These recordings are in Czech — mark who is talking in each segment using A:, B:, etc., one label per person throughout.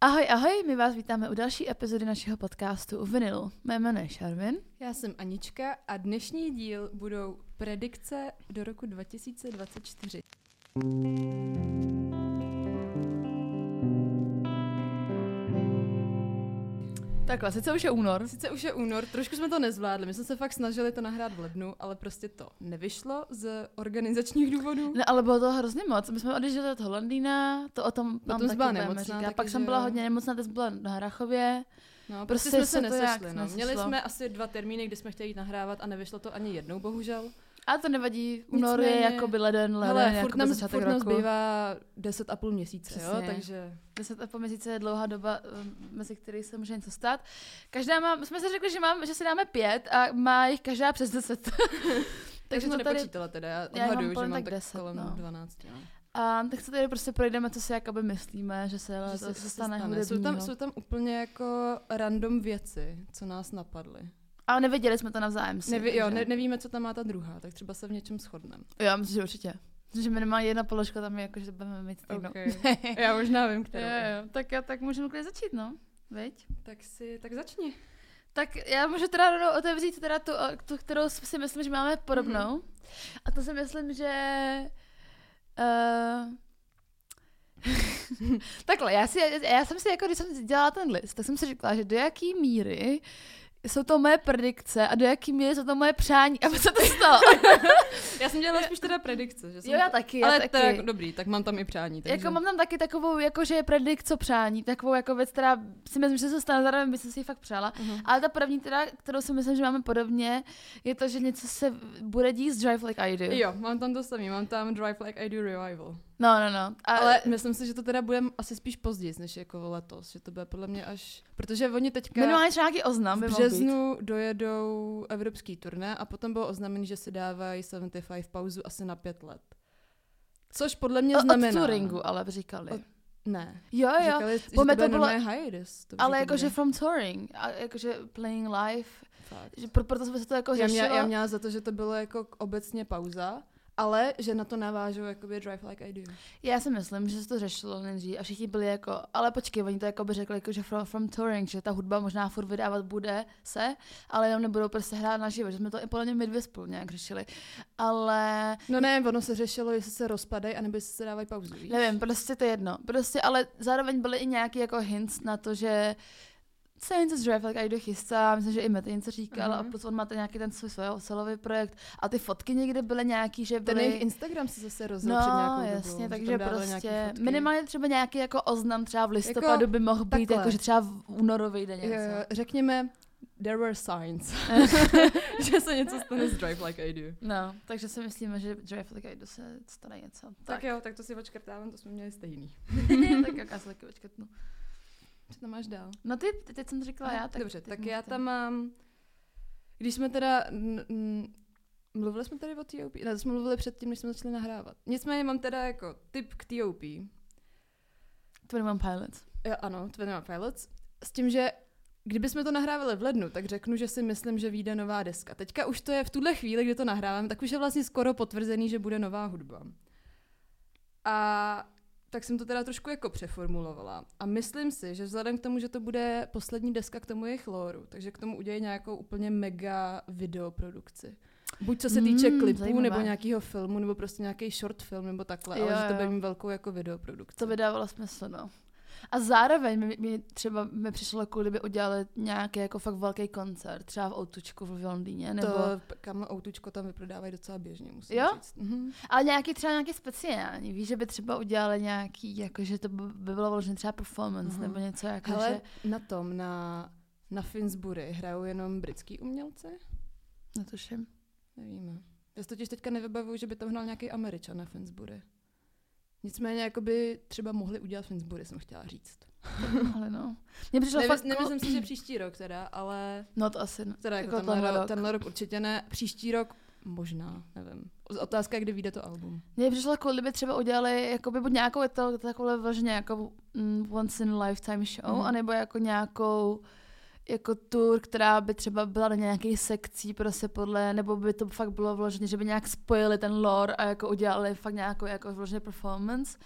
A: Ahoj, ahoj, my vás vítáme u další epizody našeho podcastu Vinyl. Mé jméno je Šarvin.
B: Já jsem Anička a dnešní díl budou predikce do roku 2024.
A: Takhle, sice vlastně, už je únor.
B: Sice už je únor, trošku jsme to nezvládli, my jsme se fakt snažili to nahrát v lednu, ale prostě to nevyšlo z organizačních důvodů.
A: Ne, No, ale bylo to hrozně moc. My jsme odjížděli od Holandína, No, to o tom nám
B: Potom jsi byla
A: taky budeme
B: nemocná,
A: říkat.
B: taky,
A: Pak jsem
B: že
A: byla
B: jo.
A: hodně nemocná, teď jsem byla na Harachově.
B: No,
A: prostě
B: prostě,
A: se
B: jsme se
A: to nějak
B: nesešli. No. Měli
A: nesešlo.
B: jsme asi dva termíny, kdy jsme chtěli jít nahrávat a nevyšlo to ani jednou, bohužel.
A: A to nevadí, únor je
B: Nicméně-
A: jakoby leden, leden,
B: Ale furt
A: jakoby
B: nám,
A: jako začátek
B: furt nám
A: roku.
B: zbývá 10 a půl měsíce, jo,
A: Přesně.
B: takže...
A: Deset a půl měsíce je dlouhá doba, ehm, mezi který se může něco stát. Každá má, my jsme si řekli, že, mám, že si dáme pět a má jich každá přes deset.
B: Takže
A: to
B: to
A: tady
B: nepočítala teda, já
A: já jich
B: odhaduju,
A: mám
B: že
A: kolem
B: mám
A: tak
B: tak
A: 10,
B: kolem
A: no.
B: 12, jo.
A: A tak se tady prostě projdeme, co si jakoby myslíme, že se,
B: Že
A: že se,
B: že
A: se stane,
B: Jsou tam,
A: hudebního.
B: jsou tam úplně jako random věci, co nás napadly.
A: Ale nevěděli jsme to navzájem si.
B: Neví, jo,
A: takže-
B: ne, nevíme, co tam má ta druhá, tak třeba se v něčem shodneme.
A: Já myslím, že určitě. Myslím, že minimálně jedna položka tam je, jako, že budeme mít stejnou.
B: Okay. Já možná vím, kterou.
A: jo, jo, tak já tak můžeme klidně začít, no. Veď?
B: Tak si, tak začni.
A: Tak já můžu teda rovnou otevřít teda tu, o- tu kterou si myslím, že máme
B: Mhm.
A: podobnou. Mm-hmm. A to si myslím, že... Uh, Takhle, já, si, já jsem si, jako když jsem dělala ten list, tak jsem si říkala, že do jaký míry jsou to moje predikce a do jaký míry jsou to moje přání, aby se to stalo.
B: Já jsem dělala spíš teda predikce, že jsem
A: jo, já
B: to-
A: taky, já
B: Ale
A: taky.
B: to je jako dobrý, tak mám tam i přání. Takže...
A: Jako mám tam taky takovou, jako že je predik, co přání, takovou jako věc, která si myslím, že se stane, zároveň bych si ji fakt přála.
B: Mhm.
A: Ale ta první teda, kterou si myslím, že máme podobně, je to, že něco se bude dít z Drive Like I Do.
B: Jo, mám tam to samý, mám tam Drive Like I Do Revival.
A: No, no, no. A,
B: Ale myslím si, že to teda bude asi spíš později, než jako letos, že to bude podle mě až... Protože oni teďka...
A: minimálně třeba nějaký oznam by
B: V
A: mohl být.
B: březnu dojedou evropský turné a potom bylo oznámeno, že si dávají 75 pauzu asi na pět let. Což podle mě
A: O-
B: znamená...
A: Od touringu, ale by říkali.
B: Od- Ne.
A: Jo, jo.
B: Říkali, že
A: Bo
B: to
A: mě to
B: bylo...
A: bylo-
B: normálně hiatus. To
A: ale
B: že to
A: jakože
B: bude-
A: from touring, a jakože playing live,
B: Fakt.
A: že pro, proto jsme se to jako
B: Já, měla,
A: řešilo.
B: já měla za to, že to bylo jako k- obecně pauza, ale že na to navážou jakoby Drive Like I Do.
A: Já si myslím, že se to řešilo nejdřív a všichni byli jako, ale počkej, oni to jako by řekli, jako, že from, from touring, že ta hudba možná furt vydávat bude se, ale jenom nebudou prostě hrát na živo, že jsme to i podle mě my dvě spolu nějak řešili. Ale
B: No ne, ono se řešilo, jestli se rozpadají, anebo jestli se dávají pauzu, víš?
A: nevím, prostě to je jedno. Prostě, ale zároveň byly i nějaký jako hints na to, že se něco z Drive Like I Do chystá, myslím, že i Meta něco říkal, mm-hmm.
B: Mhm.
A: a plus on má ten nějaký ten svůj svoj solový projekt a ty fotky někde byly nějaký, že byly...
B: Ten jejich Instagram se zase rozjel před
A: No,
B: nějakou dobu,
A: jasně,
B: že tam
A: takže
B: dávali nějaký
A: prostě
B: fotky.
A: minimálně třeba nějaký jako oznam třeba v listopadu jako, by mohl být,
B: takhle.
A: jako že třeba v únoru vyjde něco.
B: Eh, řekněme, there were signs, že se něco stane s Drive Like I Do.
A: No, takže si myslíme, že Drive Like I Do se stane něco.
B: Tak
A: Tak,
B: jo, tak to si očkrtávám, to jsme měli stejný.
A: tak jak asi taky očkrtnu.
B: Co tam máš dál?
A: No ty, ty teď jsem řekla já, tak
B: Dobře,
A: teď
B: tak
A: mluv
B: já
A: ty.
B: tam mám, když jsme teda, n- n- mluvili jsme tady o TOP, ne, to jsme mluvili předtím, než jsme začali nahrávat. Nicméně mám teda jako tip k TOP,
A: Twenty One Pilots.
B: jo, Eh, ano, Twin Up Pilots, s tím, že kdybychom to nahrávali v lednu, tak řeknu, že si myslím, že vyjde nová deska. Teďka už to je v tuhle chvíli, kdy to nahrávám, tak už je vlastně skoro potvrzený, že bude nová hudba. A tak jsem to teda trošku jako přeformulovala. A myslím si, že vzhledem k tomu, že to bude poslední deska k tomu jejich lóru, takže k tomu udělají nějakou úplně mega videoprodukci. Buď co se týče
A: Mm,
B: mm, klipů,
A: zajímavé.
B: nebo nějakého filmu, nebo prostě nějaký short film, nebo takhle, ale
A: Jo,
B: že to
A: jo.
B: bude mít velkou jako videoprodukci.
A: To by dávalo smysl, no. A zároveň mi, mi třeba mi přišlo, jako kdyby udělali nějaký jako fakt velký koncert, třeba v Outučku v Londýně, nebo...
B: To p- kam autučko tam vyprodávají docela běžně, musím
A: Jo?
B: říct. Mhm.
A: Ale nějaký třeba nějaký speciální, víš, že by třeba udělali nějaký, jako že to by by bylo vložně třeba performance
B: Mhm.
A: nebo něco jako,
B: Ale
A: že...
B: na tom, na, na Finsbury hrajou jenom britský umělci?
A: Netuším.
B: Nevíme. Já si totiž teďka nevybavuju, že by tam hrál nějaký Američan na Finsbury. Nicméně, jako by třeba mohli udělat Finsbury, jsem chtěla říct.
A: Ale no. Mně přišlo
B: Nevy,
A: fakt...
B: nemyslím si, že příští rok teda, ale
A: No to asi...
B: teda jako,
A: Jako
B: jako tenhle,
A: tenhle
B: ro-
A: rok.
B: tenhle rok určitě ne. Příští rok možná, nevím. Otázka je, kdy vyjde to album.
A: Mně přišlo, jako kdyby třeba udělali jakoby buď nějakou to, takovou vložně jako mm, once in a lifetime show,
B: Mhm.
A: anebo jako nějakou jako tour, která by třeba byla na nějaký sekcí prostě podle, nebo by to fakt
B: Mhm.
A: bylo vloženě, že by nějak spojili ten lore a jako udělali fakt nějakou jako vloženě performance.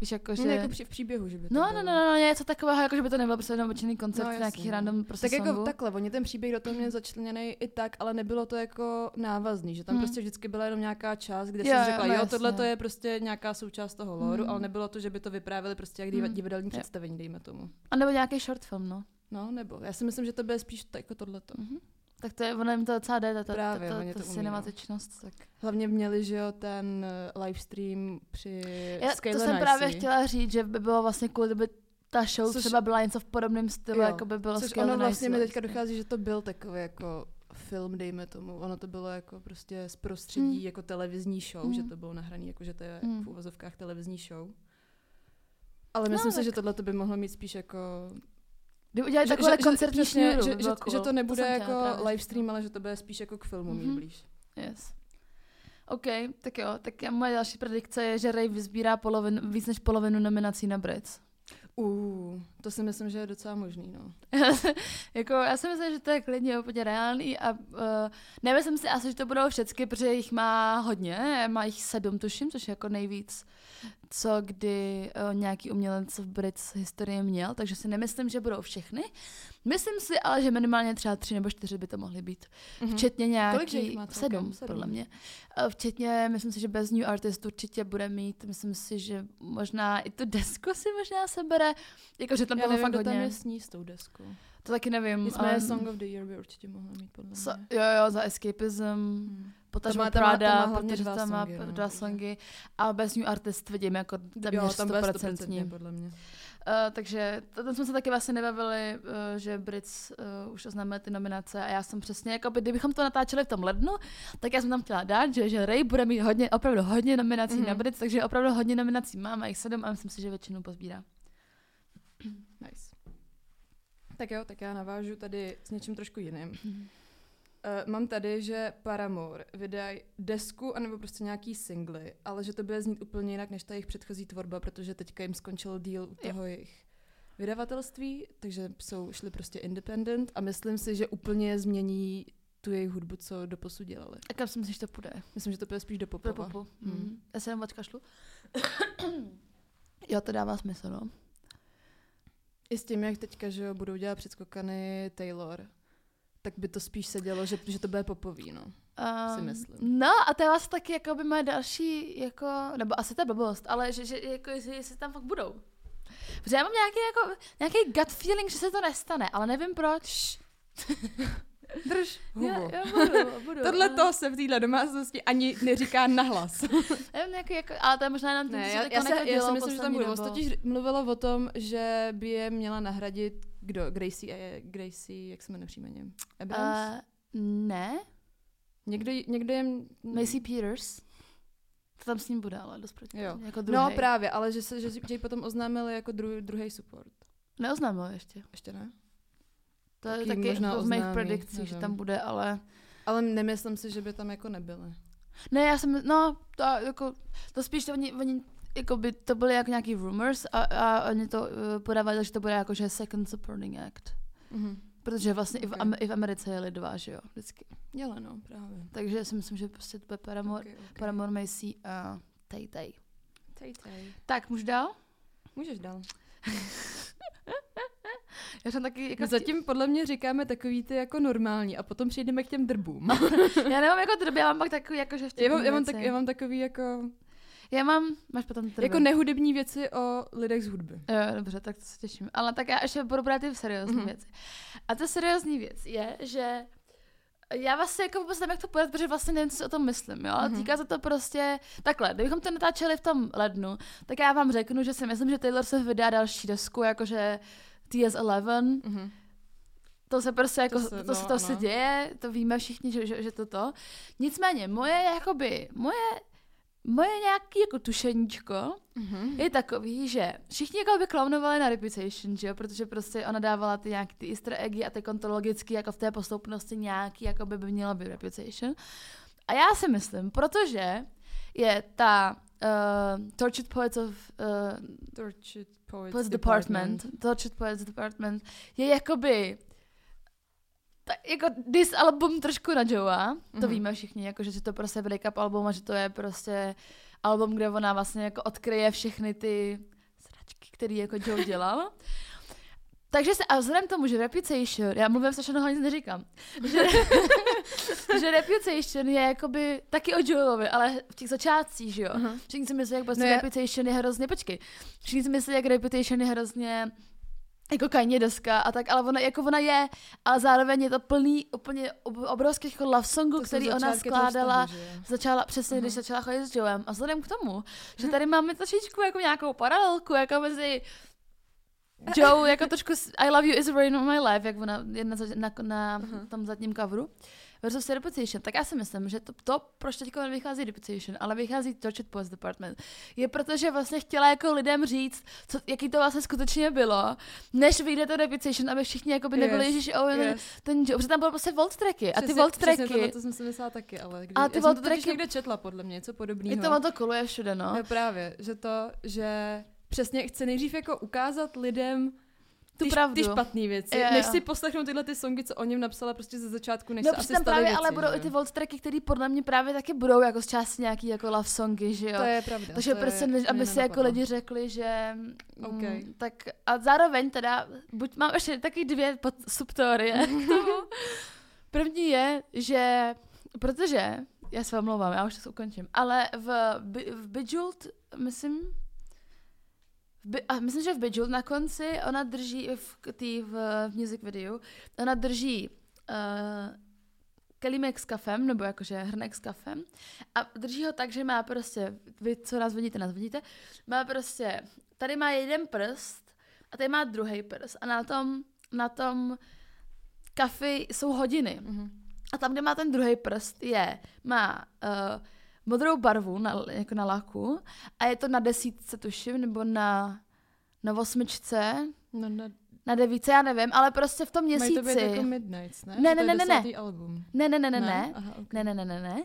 A: Víš, jako,
B: Že...
A: že...
B: No, jako při, v příběhu, že by to
A: No,
B: bylo.
A: no, no, no, něco takového, jako že by to nebyl prostě jenom obyčejný koncert
B: No,
A: no,
B: jasně,
A: nějakých
B: no.
A: random prostě
B: Tak jako
A: songu. Mhm.
B: takhle, oni ten příběh do toho měli začleněný i tak, ale nebylo to jako návazný, že tam
A: Hmm.
B: prostě vždycky byla jenom nějaká část,
A: Jo,
B: kde jsem
A: jo,
B: řekla,
A: no
B: jo,
A: jasně.
B: tohle to je prostě nějaká součást toho loru,
A: Hmm.
B: ale nebylo to, že by to vyprávěli prostě jak diva-
A: Hmm.
B: divadelní
A: Jo.
B: představení, dejme tomu.
A: A nebo nějaký short film, no.
B: No, nebo. Já si myslím, že to bude spíš to, jako tohleto.
A: Mhm. Tak to je, ono jim to docela jde, ta, ta,
B: Právě,
A: ta,
B: oni
A: ta, ta
B: to umí, no.
A: cinematičnost. Tak.
B: Hlavně měli, že jo, ten livestream při
A: Já,
B: Scale
A: to jsem
B: and
A: právě
B: Icy.
A: chtěla říct, že by bylo vlastně cool, kdyby ta show
B: Což-
A: což, třeba byla něco v podobném stylu,
B: jo,
A: jako by bylo
B: Což
A: Scale
B: ono
A: and
B: vlastně
A: Ice,
B: mi
A: no,
B: teďka
A: jasně.
B: dochází, že to byl takový jako film, dejme tomu. Ono to bylo jako prostě z prostředí
A: Mm.
B: jako televizní show,
A: Mm.
B: že to bylo nahraný, jako že to je
A: Mm.
B: v uvozovkách televizní show. Ale myslím si,
A: No, tak-
B: že tohle to by mohlo mít spíš jako...
A: Kdyby udělali
B: že,
A: takovouhle
B: že,
A: koncertní
B: přesně,
A: šňůru,
B: že,
A: by
B: že,
A: bylo cool.
B: že to nebude
A: jsem chtěla právě
B: jako
A: říct, no.
B: live stream, ale že to bude spíš jako k filmu mít
A: Mhm.
B: blíž.
A: no. Yes. OK, tak jo, tak já, moje další predikce je, že Ray vyzbírá polovinu, víc než polovinu nominací na Brits.
B: Uh, to si myslím, že je docela možný, no.
A: jako, já si myslím, že to je klidně úplně reálný a uh, nemyslím si asi, že to budou všechny, protože jich má hodně, má jich sedm, tuším, což je jako nejvíc, co kdy uh, nějaký umělec v Brits historii měl, takže si nemyslím, že budou všechny. Myslím si ale, že minimálně třeba tři nebo čtyři by to mohly být. Včetně nějaký...
B: Mhm. Kolik že jich má celkem?
A: sedm,
B: Sedm.
A: podle mě. Eh, Včetně, myslím si, že bez New Artist určitě bude mít, myslím si, že možná i tu desku si možná sebere. Jako, že tam
B: Já
A: bylo
B: nevím,
A: fakt
B: kdo tam
A: hodně.
B: je s ní s tou deskou.
A: To taky nevím. eh,
B: Nicméně
A: ale-
B: Song of the Year by určitě mohla mít, podle mě.
A: So, jo, jo, za escapism,
B: Hmm.
A: potažmo
B: má- to má- to má
A: Prada,
B: hlavně
A: protože
B: dva
A: tam má
B: songy,
A: p-
B: no,
A: dva
B: takže-
A: songy. A bez New Artist vidím jako
B: Jo,
A: téměř
B: tam bude
A: 100%.
B: 100%
A: Uh,
B: podle mě.
A: takže to- tam jsme se taky vlastně nebavili, uh, že Brits uh, už oznámili ty nominace a já jsem přesně, jako by, kdybychom to natáčeli v tom lednu, tak já jsem tam chtěla dát, že, že Ray bude mít hodně, opravdu hodně nominací
B: Mhm.
A: na Brits, takže opravdu hodně nominací má, má jich sedm a myslím si, že většinu pozbírá.
B: Nice. Tak jo, tak já navážu tady s něčím trošku jiným. Uh, mám tady, že Paramore vydají desku anebo prostě nějaký singly, ale že to bude znít úplně jinak než ta jejich předchozí tvorba, protože teďka jim skončil deal u toho jejich vydavatelství, takže jsou, šli prostě independent a myslím si, že úplně změní tu jejich hudbu, co doposud dělali.
A: A kam si myslíš, že to půjde?
B: Myslím, že to bude spíš do
A: Pro
B: popova.
A: popu.
B: Mhm.
A: Mhm. Já se jenom odkašlu. jo, to dává smysl, no.
B: I s tím, jak teďka, že jo, budou dělat předskokany Taylor, tak by to spíš se dělo, že, že to bude popový, no.
A: Um,
B: myslím.
A: No a to je vlastně taky jako by moje další, jako, nebo asi to je blbost, ale že, že jako, jestli, jestli tam fakt budou. Protože já mám nějaký, jako, nějaký gut feeling, že se to nestane, ale nevím proč.
B: Drž
A: Já, já budu, budu. no.
B: Tohle
A: ale
B: to se v téhle domácnosti ani neříká nahlas.
A: Nevím, nějaký, jako, ale to je možná jenom tím,
B: Ne,
A: že
B: já,
A: se
B: já,
A: takhle
B: se, já
A: dělo
B: si myslím, že tam
A: poslední
B: budou.
A: dobou.
B: Totiž mluvilo o tom, že by je měla nahradit kdo? Gracie, eh, Gracie jak se jmenuje příjmením? Abrams? Uh,
A: Eh, ne,
B: někdo, jí- někdo jim... No,
A: Macy Peters. To tam s ním bude, ale dost proti.
B: Jo.
A: Jako
B: No
A: druhý.
B: právě, ale že, se, že, si- že ji potom oznámili jako dru, druhý support.
A: Neoznámil ještě.
B: Ještě ne?
A: To je
B: Taky
A: taky
B: možná
A: jako v mých
B: oznámí,
A: predikcích, že
B: nevím.
A: tam bude, ale...
B: Ale nemyslím si, že by tam jako nebyly.
A: Ne, já jsem, no, to, jako, to spíš to oni, oni jako by to byly jako nějaký rumors a, a oni to uh, podávali, že to bude jako, že second supporting act.
B: Mhm.
A: Protože vlastně i, v,
B: Ok.
A: Am- i v Americe jeli dva, že jo, vždycky.
B: Děle, no, právě.
A: Takže si myslím, že prostě to bude Paramore, okay.
B: Okay, okay.
A: Paramore Macy a Tay Tay.
B: Tej, tej.
A: Tak, můžu dál?
B: Můžeš dál.
A: Já jsem taky, jako,
B: My zatím podle mě říkáme takový ty jako normální a potom přijdeme k těm drbům.
A: já nemám jako drby, já mám pak takový, jako, že
B: Já
A: vtipný
B: mám, já, mám tak,
A: věci.
B: já mám takový jako,
A: já mám, máš potom drby.
B: jako nehudební věci o lidech z hudby.
A: Jo, dobře, tak to se těším. Ale tak já ještě budu brát ty seriózní
B: Mhm.
A: mm-hmm. věci. A ta seriózní věc je, že já vlastně jako vůbec nevím, jak to podat, protože vlastně nevím, co si o tom myslím, jo, ale
B: Mhm.
A: týká se to prostě takhle, kdybychom to natáčeli v tom lednu, tak já vám řeknu, že si myslím, že Taylor se vydá další desku, jakože TS11,
B: Mhm.
A: to se prostě jako,
B: se-
A: to se,
B: no,
A: to, se, to se
B: ano.
A: děje, to víme všichni, že, že, že to to. Nicméně, moje jakoby, moje, moje nějaký jako tušeníčko,
B: Mhm.
A: je takový, že všichni jako by klaunovali na Reputation, že jo, protože prostě ona dávala ty nějaký ty easter eggy a ty kontologicky jako v té posloupnosti nějaký jako by, by měla být Reputation. A já si myslím, protože je ta uh, Tortured Poets of uh,
B: Tortured Poets,
A: Poets Department. Tortured Poets Department je jakoby ta, jako dis album trošku na Joea, to
B: Mhm.
A: víme všichni, jako, že to prostě breakup album a že to je prostě album, kde ona vlastně jako odkryje všechny ty sračky, které jako Joe dělal. Takže se, a vzhledem k tomu, že Reputation, já mluvím strašně dlouho, nic neříkám, že, že Reputation je jakoby taky o Joelovi, ale v těch začátcích, že jo.
B: Aha.
A: Všichni si myslí, jak prostě
B: No
A: no
B: já-
A: Reputation je hrozně, počkej, všichni si myslí, jak Reputation je hrozně jako kajně doska a tak, ale ona, jako ona je, ale zároveň je to plný úplně ob- obrovských jako love songů,
B: To jsou
A: který ona
B: začátky toho
A: skládala,
B: vztahu, že jo?
A: začala přesně, když
B: Mhm.
A: začala chodit s Joem. A vzhledem k tomu, že tady máme trošičku jako nějakou paralelku, jako mezi Joe, jako trošku s- I love you is a rain of my life, jak ona je na, za- na, na
B: Aha.
A: tom zadním coveru, versus Reputation, tak já si myslím, že to, to proč teď nevychází Reputation, ale vychází Tortured Post Department, je protože vlastně chtěla jako lidem říct, co, jaký to vlastně skutečně bylo, než vyjde to Reputation, aby všichni jako by nebyli,
B: Yes,
A: yes, že Owen, yes.
B: Yes.
A: ten Joe, protože tam byly prostě volt tracky a ty
B: Přesně-
A: volt
B: přesně
A: tracky,
B: tohle to jsem si myslela taky, ale když,
A: A
B: a
A: ty
B: ty já
A: Volt
B: jsem to totiž
A: tracky-
B: někde četla podle mě, něco podobného.
A: je to, ono to koluje všude, no.
B: No právě, že to, že přesně chce nejdřív jako ukázat lidem
A: Tu
B: ty, š-
A: pravdu.
B: ty špatný věci,
A: Jo, jo.
B: než si poslechnou tyhle ty songy, co o něm napsala prostě ze začátku, než
A: No,
B: se asi
A: přitom
B: staly
A: právě,
B: věci,
A: ale budou
B: že
A: i
B: jo.
A: ty volt tracky, které podle mě právě taky budou jako z části nějaký jako love songy, že jo.
B: To je pravda.
A: Takže
B: to
A: prostě,
B: je,
A: než,
B: mě
A: aby si jako
B: nenapadlo.
A: lidi řekli, že...
B: Okej.
A: Mm, tak a zároveň teda, buď mám ještě taky dvě pod, subteorie k tomu. První je, že, protože, já se omlouvám, já už to ukončím, ale v, Bi- v Bejeweled, myslím, v Bi- a myslím, že v Bejeweled na konci ona drží, v, k- tý, v, v music videu, ona drží uh, kelímek s kafem, nebo jakože hrnek s kafem a drží ho tak, že má prostě, vy co nás vidíte, nás vidíte, má prostě, tady má jeden prst a tady má druhý prst a na tom, na tom kafy jsou hodiny.
B: Mhm.
A: A tam, kde má ten druhý prst, je, má uh, modrou barvu na, jako na laku a je to na desítce, tuším, nebo na, na osmičce,
B: No, na,
A: na devíce, já nevím, ale prostě v tom
B: mají to
A: měsíci.
B: být jako Midnights, ne?
A: Ne,
B: Že
A: ne, ne,
B: to je
A: ne, ne.
B: desátý album.
A: Ne, ne, ne, ne, ne.
B: Aha, okay.
A: Ne, ne, ne, ne, ne.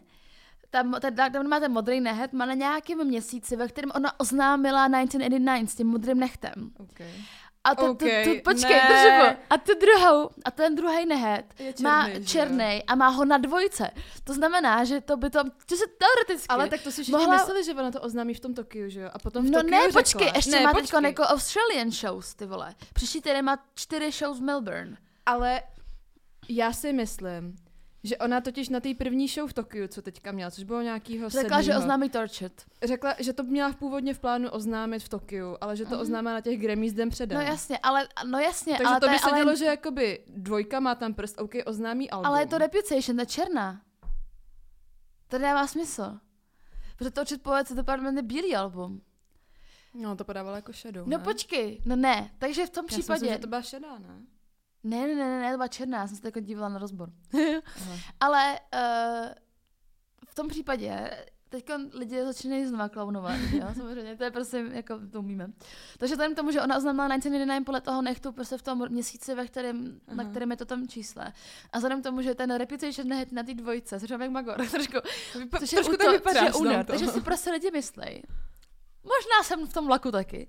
A: Tam, teda, tam má ten modrý nehet, má na nějakém měsíci, ve kterém ona oznámila 1989 s tím modrým nechtem.
B: Okay.
A: A to,
B: Okej,
A: to, to, počkej,
B: ne.
A: držu A tu druhou, a ten druhý nehet
B: Je černý,
A: má
B: že jo?
A: černý a má ho na dvojce. To znamená, že to by to, to se teoreticky...
B: Ale tak to si všichni
A: Mohla-
B: Mohla... mysleli, že ona to oznámí v tom Tokiu, že jo? A potom v
A: No
B: Tokiu
A: ne,
B: řekla.
A: počkej, ještě
B: ne,
A: má teď jako Australian shows, ty vole. Příští týden má čtyři shows v Melbourne.
B: Ale já si myslím, že ona totiž na té první show v Tokiu, co teďka měla, což bylo nějakýho
A: Řekla, že
B: sedmýho,
A: oznámí Tortured.
B: Řekla, že to měla v původně v plánu oznámit v Tokiu, ale že to
A: Mhm.
B: oznámá na těch Grammys den předem.
A: No jasně, ale, no jasně,
B: Takže
A: ale
B: to by
A: je-
B: se
A: ale-
B: dělo, že jakoby dvojka má tam prst, OK, oznámí album.
A: Ale je to Reputation, ta černá. To dává smysl. Protože to určitě pověc Department je bílý album.
B: No, to podávala jako šedou,
A: No
B: ne?
A: počkej, no ne, takže v tom
B: Já si myslím,
A: případě...
B: že to byla šedá, ne?
A: Ne, ne, ne, ne, ne, to byla černá, já jsem se jako dívala na rozbor.
B: Aha.
A: Ale uh, v tom případě teď lidi začínají znova klaunovat, jo, samozřejmě, to je prostě, jako to umíme. Takže vzhledem k tomu, že ona oznámila 1999 podle toho nechtu prostě v tom měsíci, ve kterém, na
B: Aha.
A: kterém je to tam čísle. A vzhledem k tomu, že ten reputation nehet na té dvojce, což jak Magor, trošku,
B: Vypa-
A: Což je,
B: tam
A: to, což je
B: vypráš,
A: úder,
B: no, to.
A: takže si prostě lidi myslej. Možná jsem v tom laku taky.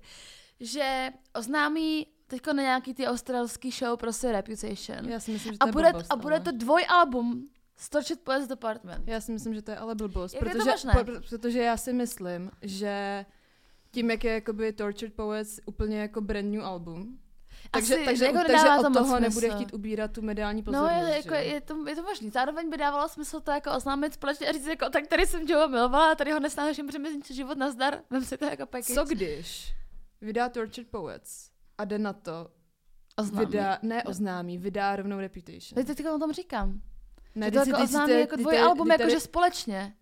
A: Že oznámí teďko na nějaký ty australský show prostě Reputation.
B: Já si myslím, že to
A: a,
B: je
A: bude,
B: blbost,
A: a bude
B: ale.
A: to dvojalbum Storched Poets Department.
B: Já si myslím, že to je ale blbost,
A: Jak je to
B: protože,
A: možné?
B: pro- protože já si myslím, že tím, jak je jakoby Tortured Poets úplně jako brand new album, takže,
A: Asi,
B: takže,
A: jako
B: takže
A: nedává to
B: od
A: moc
B: toho
A: smysl.
B: nebude chtít ubírat tu mediální
A: No,
B: pozornost.
A: je,
B: že
A: jako,
B: jo?
A: je, to, je to možný. Zároveň by dávalo smysl to jako oznámit společně a říct, jako, tak tady jsem Joe milovala, a tady ho nesnáším, protože mi zničil život, nazdar, vem si to jako package.
B: Co když vydá Tortured Poets a den na to
A: oznámí?
B: vydá, ne oznámí, vydá rovnou Reputation.
A: Teď to o tom říkám.
B: Ne,
A: že to
B: teď si-
A: jako
B: teď si
A: oznámí
B: to-
A: jako
B: teď
A: dvoje
B: tady-
A: album,
B: teď tady-
A: jakože společně.